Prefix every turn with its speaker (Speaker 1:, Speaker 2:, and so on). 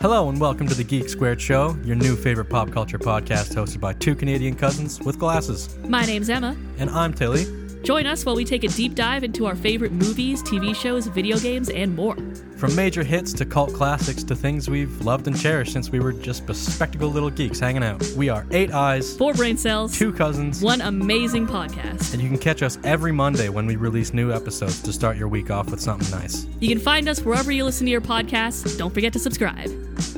Speaker 1: Hello and welcome to the Geek Squared Show, your new favorite pop culture podcast hosted by two Canadian cousins with glasses.
Speaker 2: My name's Emma.
Speaker 1: And I'm Tilly.
Speaker 2: Join us while we take a deep dive into our favorite movies, TV shows, video games, and more.
Speaker 1: From major hits to cult classics to things we've loved and cherished since we were just bespectacled little geeks hanging out, we are eight eyes,
Speaker 2: Four brain cells,
Speaker 1: two cousins,
Speaker 2: one amazing podcast.
Speaker 1: and you can catch us every Monday when we release new episodes to start your week off with something nice.
Speaker 2: You can find us wherever you listen to your podcasts. Don't forget to subscribe.